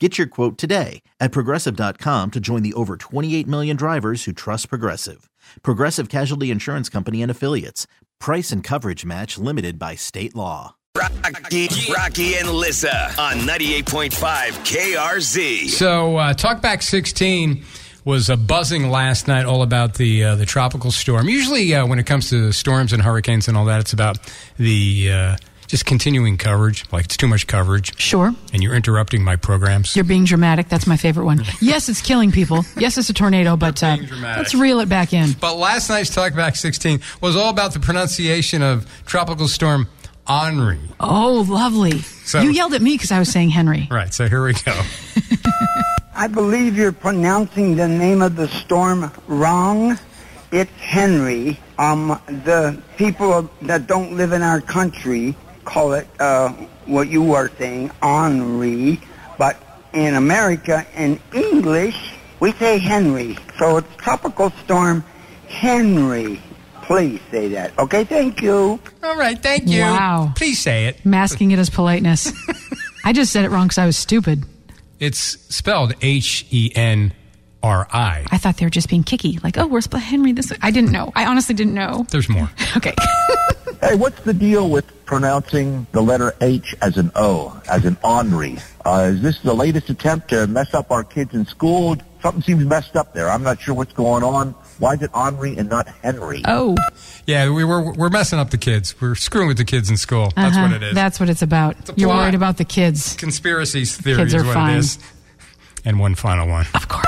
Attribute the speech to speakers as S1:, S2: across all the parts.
S1: Get your quote today at progressive.com to join the over 28 million drivers who trust Progressive. Progressive Casualty Insurance Company and Affiliates. Price and coverage match limited by state law.
S2: Rocky, Rocky and Lissa on 98.5 KRZ.
S3: So, uh, Talkback 16 was uh, buzzing last night, all about the uh, the tropical storm. Usually, uh, when it comes to storms and hurricanes and all that, it's about the uh, just continuing coverage. Like it's too much coverage,
S4: Sure.
S3: and you're interrupting my programs.
S4: You're being dramatic. That's my favorite one. Yes, it's killing people. Yes, it's a tornado, but uh,
S3: being dramatic.
S4: let's reel it back in.
S3: But last night's Talkback 16 was all about the pronunciation of tropical storm Henri.
S4: Oh, lovely.
S3: So-
S4: you yelled at me because I was saying Henry.
S3: Right. So here we go.
S5: I believe you're pronouncing the name of the storm wrong. It's Henry. Um, the people that don't live in our country call it uh, what you are saying, Henri. But in America, in English, we say Henry. So it's tropical storm Henry. Please say that. Okay, thank you.
S3: All right. Thank you.
S4: Wow.
S3: Please say it.
S4: Masking it as politeness. I just said it wrong because I was stupid.
S3: It's spelled H E N R I.
S4: I thought they were just being kicky. Like, oh, where's Henry this way? I didn't know. I honestly didn't know.
S3: There's more.
S4: Okay.
S6: Hey, what's the deal with pronouncing the letter H as an O, as an Henri? Uh, is this the latest attempt to mess up our kids in school? Something seems messed up there. I'm not sure what's going on. Why is it Henri and not Henry?
S4: Oh,
S3: Yeah, we were we're messing up the kids. We're screwing with the kids in school. That's
S4: uh-huh.
S3: what it is.
S4: That's what it's about.
S3: a
S4: You're
S3: plot.
S4: worried about the kids.
S3: conspiracies theory
S4: Kids
S3: is
S4: are
S3: what
S4: fine.
S3: it is. And one final one.
S4: Of course.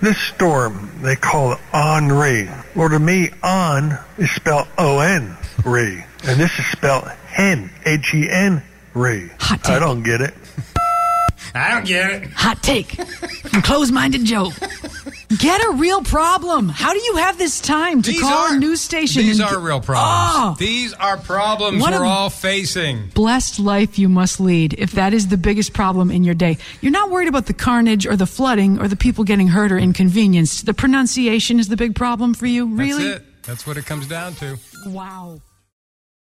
S7: This storm they call it Henri. Well, to me, on is spelled O-N, re, and this is spelled hen, H-E-N, re.
S4: Hot
S7: I
S4: take.
S7: don't get it.
S3: I don't get it.
S4: Hot take. Close minded joke. Get a real problem. How do you have this time to call a news station?
S3: These
S4: and-
S3: are real problems.
S4: Oh,
S3: These are problems
S4: What a-
S3: we're all facing.
S4: blessed life you must lead if that is the biggest problem in your day. You're not worried about the carnage or the flooding or the people getting hurt or inconvenienced. The pronunciation is the big problem for you, really?
S3: That's it. That's what it comes down to.
S4: Wow.